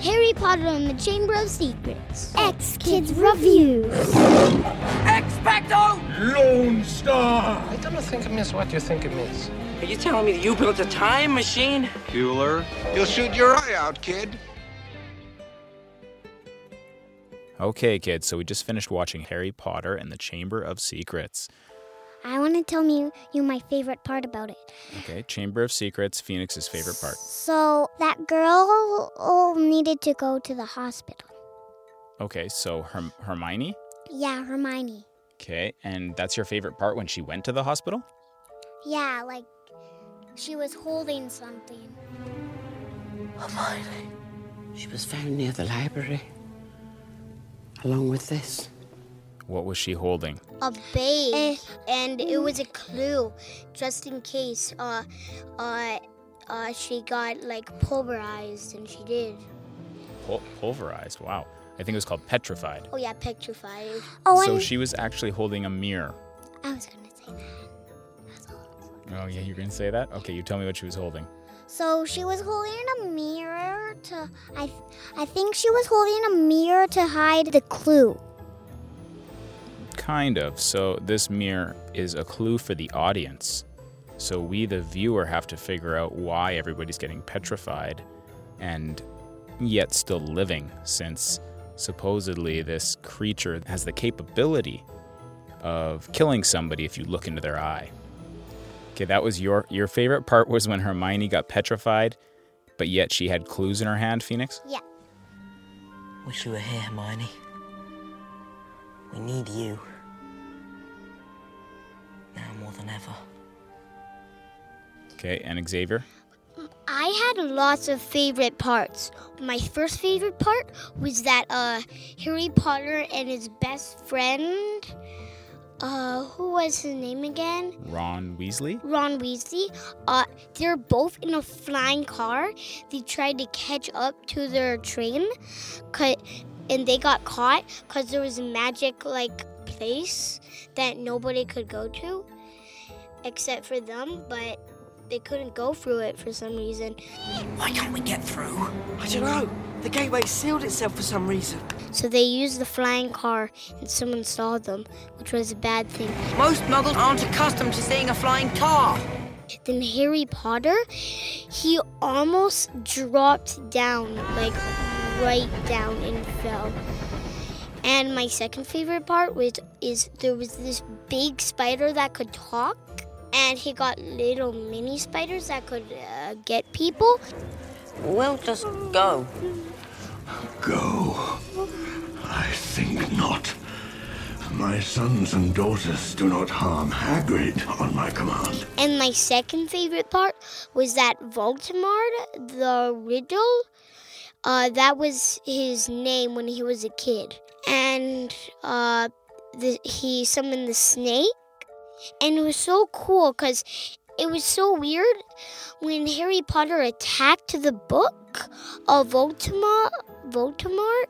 Harry Potter and the Chamber of Secrets. X Kids Review. Lone Star! I don't think it means what you think it means. Are you telling me that you built a time machine? Bueller. You'll shoot your eye out, kid. Okay, kids, so we just finished watching Harry Potter and the Chamber of Secrets. I want to tell you, you my favorite part about it. Okay, Chamber of Secrets, Phoenix's favorite part. So that girl oh, needed to go to the hospital. Okay, so Herm- Hermione? Yeah, Hermione. Okay, and that's your favorite part when she went to the hospital? Yeah, like she was holding something. Hermione. She was found near the library. Along with this. What was she holding? a Eh. bait, and it was a clue, just in case uh, uh, uh, she got like pulverized, and she did. Pul- pulverized, wow. I think it was called petrified. Oh yeah, petrified. Oh, so and she was actually holding a mirror. I was gonna say that. Oh, yeah, you're going to say that? Okay, you tell me what she was holding. So she was holding a mirror to. I, I think she was holding a mirror to hide the clue. Kind of. So, this mirror is a clue for the audience. So, we, the viewer, have to figure out why everybody's getting petrified and yet still living, since supposedly this creature has the capability of killing somebody if you look into their eye. Okay, that was your your favorite part was when Hermione got petrified, but yet she had clues in her hand, Phoenix? Yeah. Wish you were here, Hermione. We need you. Now more than ever. Okay, and Xavier? I had lots of favorite parts. My first favorite part was that uh, Harry Potter and his best friend, uh, who was his name again? Ron Weasley? Ron Weasley, uh, they're both in a flying car. They tried to catch up to their train, cut, and they got caught because there was a magic like place that nobody could go to, except for them. But they couldn't go through it for some reason. Why can't we get through? I don't know. The gateway sealed itself for some reason. So they used the flying car, and someone saw them, which was a bad thing. Most muggles aren't accustomed to seeing a flying car. Then Harry Potter, he almost dropped down, like right down and fell. And my second favorite part was is there was this big spider that could talk, and he got little mini spiders that could uh, get people. We'll just go. Go. I think not. My sons and daughters do not harm Hagrid on my command. And my second favorite part was that Voldemort, the Riddle, uh, that was his name when he was a kid. And uh, the, he summoned the snake. And it was so cool because it was so weird when Harry Potter attacked the book of Voldemort. Voldemort,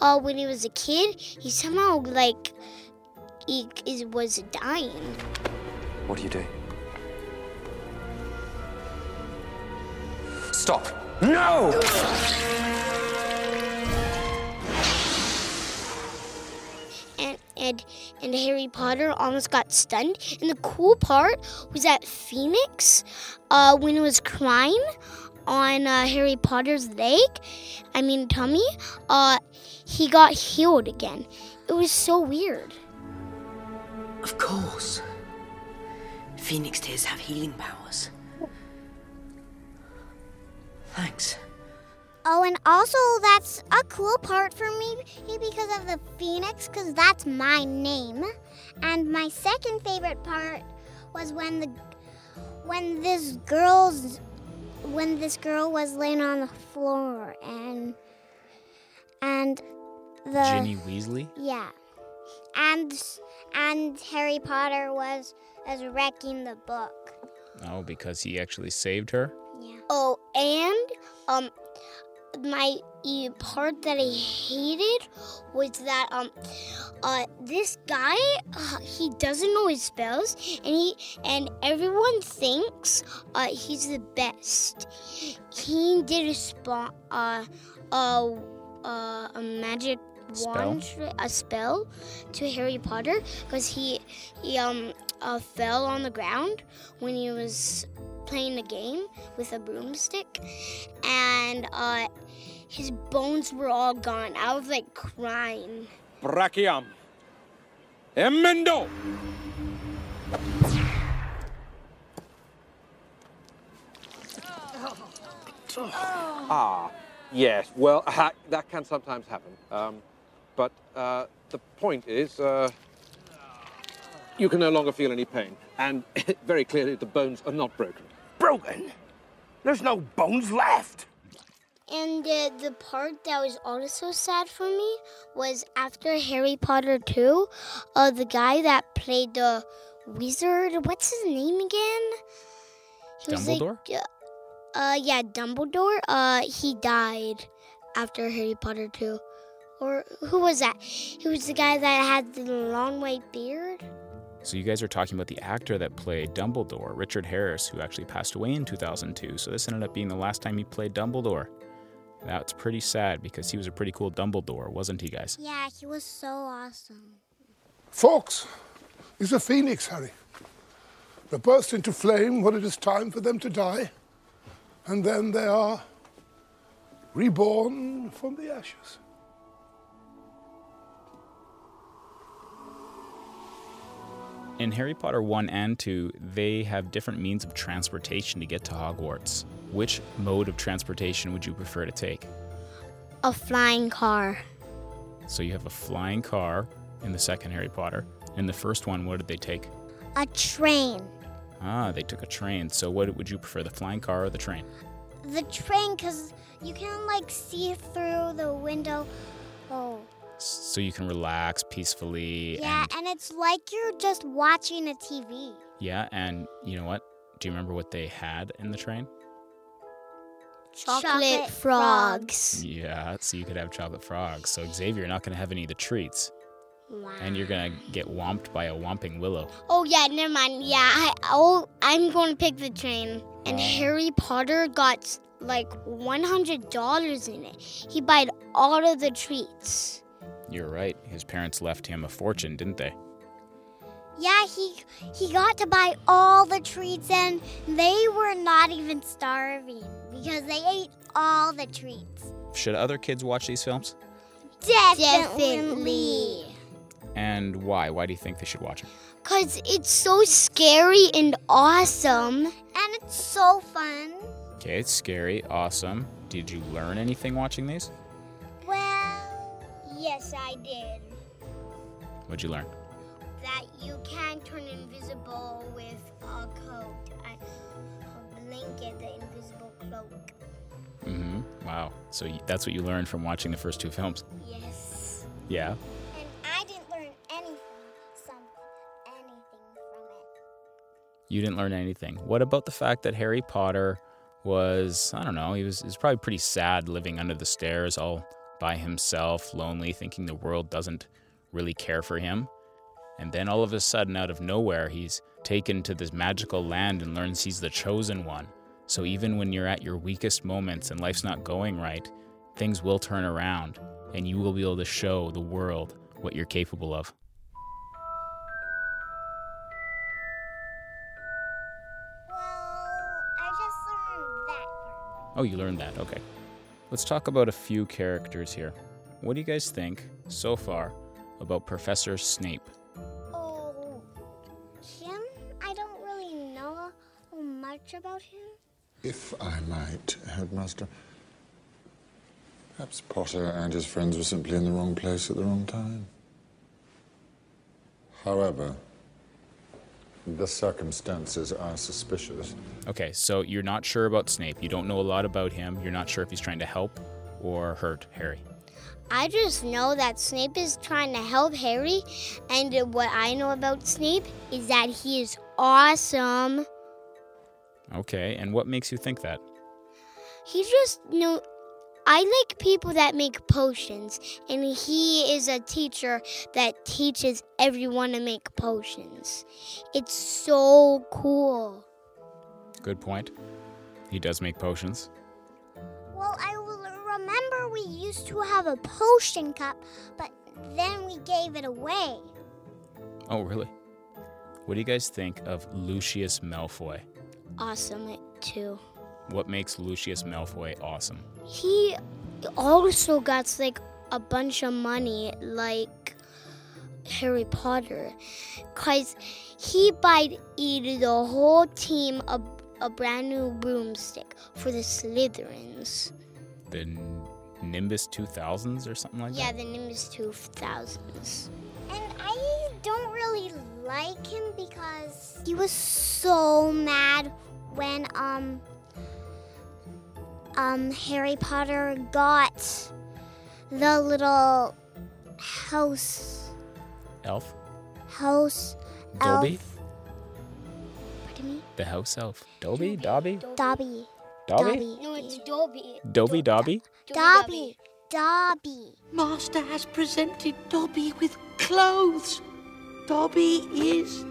uh, when he was a kid, he somehow like he, he was dying. What do you do? Stop! No! and and and Harry Potter almost got stunned. And the cool part was that Phoenix, uh, when it was crying on uh, Harry Potter's leg, I mean tummy, uh, he got healed again. It was so weird. Of course. Phoenix tears have healing powers. Thanks. Oh, and also that's a cool part for me because of the phoenix, because that's my name. And my second favorite part was when the when this girl's when this girl was laying on the floor and and the Ginny Weasley? yeah and and Harry Potter was was wrecking the book. Oh, because he actually saved her? Yeah. Oh, and um, my e- part that I hated was that um, uh, this guy uh, he doesn't know his spells and he and everyone thinks uh, he's the best he did a spell uh, uh, uh, a magic wand tri- a spell to harry potter because he he um uh, fell on the ground when he was playing a game with a broomstick and uh, his bones were all gone i was like crying Brachiam. Emendo. Ah, yes. Well, ha- that can sometimes happen. Um, but uh, the point is, uh, you can no longer feel any pain, and very clearly the bones are not broken. Broken? There's no bones left. And uh, the part that was also sad for me was after Harry Potter 2, uh, the guy that played the wizard, what's his name again? He was like- Dumbledore? uh, uh, yeah, Dumbledore. Uh, he died after Harry Potter 2. Or who was that? He was the guy that had the long white beard. So you guys are talking about the actor that played Dumbledore, Richard Harris, who actually passed away in 2002. So this ended up being the last time he played Dumbledore. That's pretty sad because he was a pretty cool Dumbledore, wasn't he, guys? Yeah, he was so awesome. Fox is a phoenix, Harry. They burst into flame when it is time for them to die, and then they are reborn from the ashes. In Harry Potter 1 and 2, they have different means of transportation to get to Hogwarts. Which mode of transportation would you prefer to take? A flying car. So you have a flying car in the second Harry Potter. In the first one, what did they take? A train. Ah, they took a train. So what would you prefer, the flying car or the train? The train, because you can like see through the window. Oh. So you can relax peacefully Yeah, and and it's like you're just watching a TV. Yeah, and you know what? Do you remember what they had in the train? Chocolate frogs. Yeah, so you could have chocolate frogs. So Xavier, you're not going to have any of the treats, and you're going to get whomped by a whomping willow. Oh yeah, never mind. Yeah, I oh I'm going to pick the train. And Harry Potter got like one hundred dollars in it. He bought all of the treats. You're right. His parents left him a fortune, didn't they? Yeah, he he got to buy all the treats and they were not even starving because they ate all the treats. Should other kids watch these films? Definitely. And why? Why do you think they should watch them? Cause it's so scary and awesome. And it's so fun. Okay, it's scary, awesome. Did you learn anything watching these? Well, Yes, I did. What'd you learn? That you can turn invisible with a coat, a blanket, the invisible cloak. Mm-hmm. Wow. So y- that's what you learned from watching the first two films. Yes. Yeah. and I didn't learn anything some anything from it. You didn't learn anything. What about the fact that Harry Potter was, I don't know, he was, he was probably pretty sad living under the stairs all by himself, lonely, thinking the world doesn't really care for him. And then all of a sudden, out of nowhere, he's taken to this magical land and learns he's the chosen one. So even when you're at your weakest moments and life's not going right, things will turn around and you will be able to show the world what you're capable of. Well, I just learned that. Oh, you learned that. Okay. Let's talk about a few characters here. What do you guys think so far about Professor Snape? Oh, him? I don't really know much about him. If I might, Headmaster. Perhaps Potter and his friends were simply in the wrong place at the wrong time. However, the circumstances are suspicious. Okay, so you're not sure about Snape. You don't know a lot about him. You're not sure if he's trying to help or hurt Harry. I just know that Snape is trying to help Harry, and uh, what I know about Snape is that he is awesome. Okay, and what makes you think that? He just know I like people that make potions, and he is a teacher that teaches everyone to make potions. It's so cool. Good point. He does make potions. Well, I will remember we used to have a potion cup, but then we gave it away. Oh, really? What do you guys think of Lucius Malfoy? Awesome, it too. What makes Lucius Malfoy awesome? He also got like a bunch of money, like Harry Potter, because he bought eat the whole team a, a brand new broomstick for the Slytherins. The N- Nimbus 2000s or something like Yeah, that? the Nimbus 2000s. And I don't really like him because he was so mad when um um Harry Potter got the little house Elf? house Dolby? elf. Pardon me? The house elf? Dolby? Dobby? Dobby. Dobby? No, it's Dobby. Dobby Dobby? Dobby. Dobby. Master has presented Dobby with clothes. Dobby is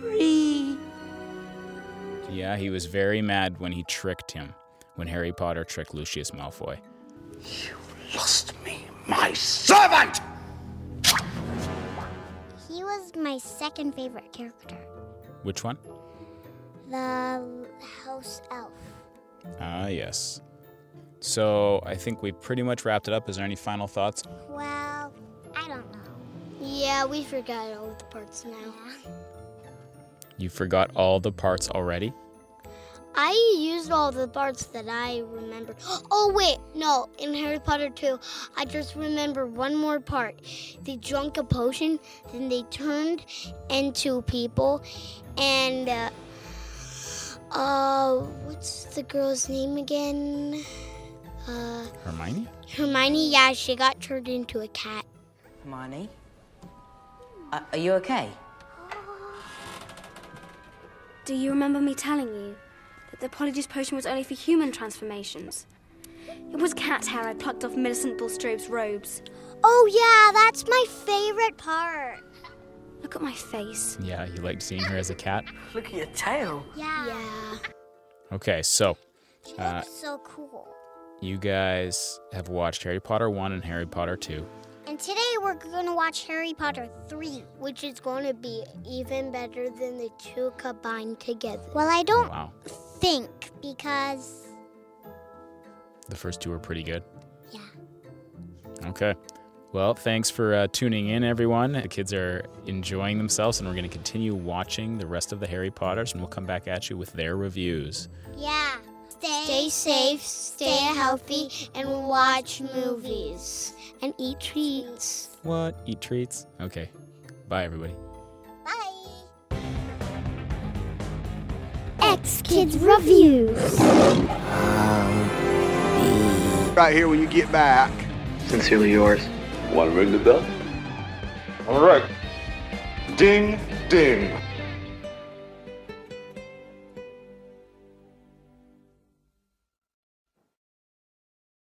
free. Yeah, he was very mad when he tricked him, when Harry Potter tricked Lucius Malfoy. Lost me, my servant! He was my second favorite character. Which one? The house elf. Ah, yes. So I think we pretty much wrapped it up. Is there any final thoughts? Well, I don't know. Yeah, we forgot all the parts now. You forgot all the parts already? I used all the parts that I remembered. Oh wait, no, in Harry Potter 2, I just remember one more part. They drank a potion, then they turned into people, and uh, uh what's the girl's name again? Uh, Hermione? Hermione. Yeah, she got turned into a cat. Hermione? uh, Are, are you okay? Do you remember me telling you that the Apologies potion was only for human transformations? It was cat hair I plucked off Millicent Bulstrode's robes. Oh yeah, that's my favorite part. Look at my face. Yeah, you liked seeing her as a cat? Look at your tail. Yeah. Okay, so uh, So cool. you guys have watched Harry Potter 1 and Harry Potter 2. And today we're gonna watch Harry Potter 3. Which is going to be even better than the two combined together. Well, I don't Wow. think because The first two are pretty good. Yeah. Okay. Well, thanks for uh, tuning in, everyone. The kids are enjoying themselves, and we're going to continue watching the rest of the Harry Potters, and we'll come back at you with their reviews. yeah. Stay Stay, safe, stay healthy, and watch movies and eat treats. What? Eat treats? Okay. Bye, everybody. X Kids Reviews. Right here when you get back. Sincerely yours. Want to ring the bell? All right. Ding, ding.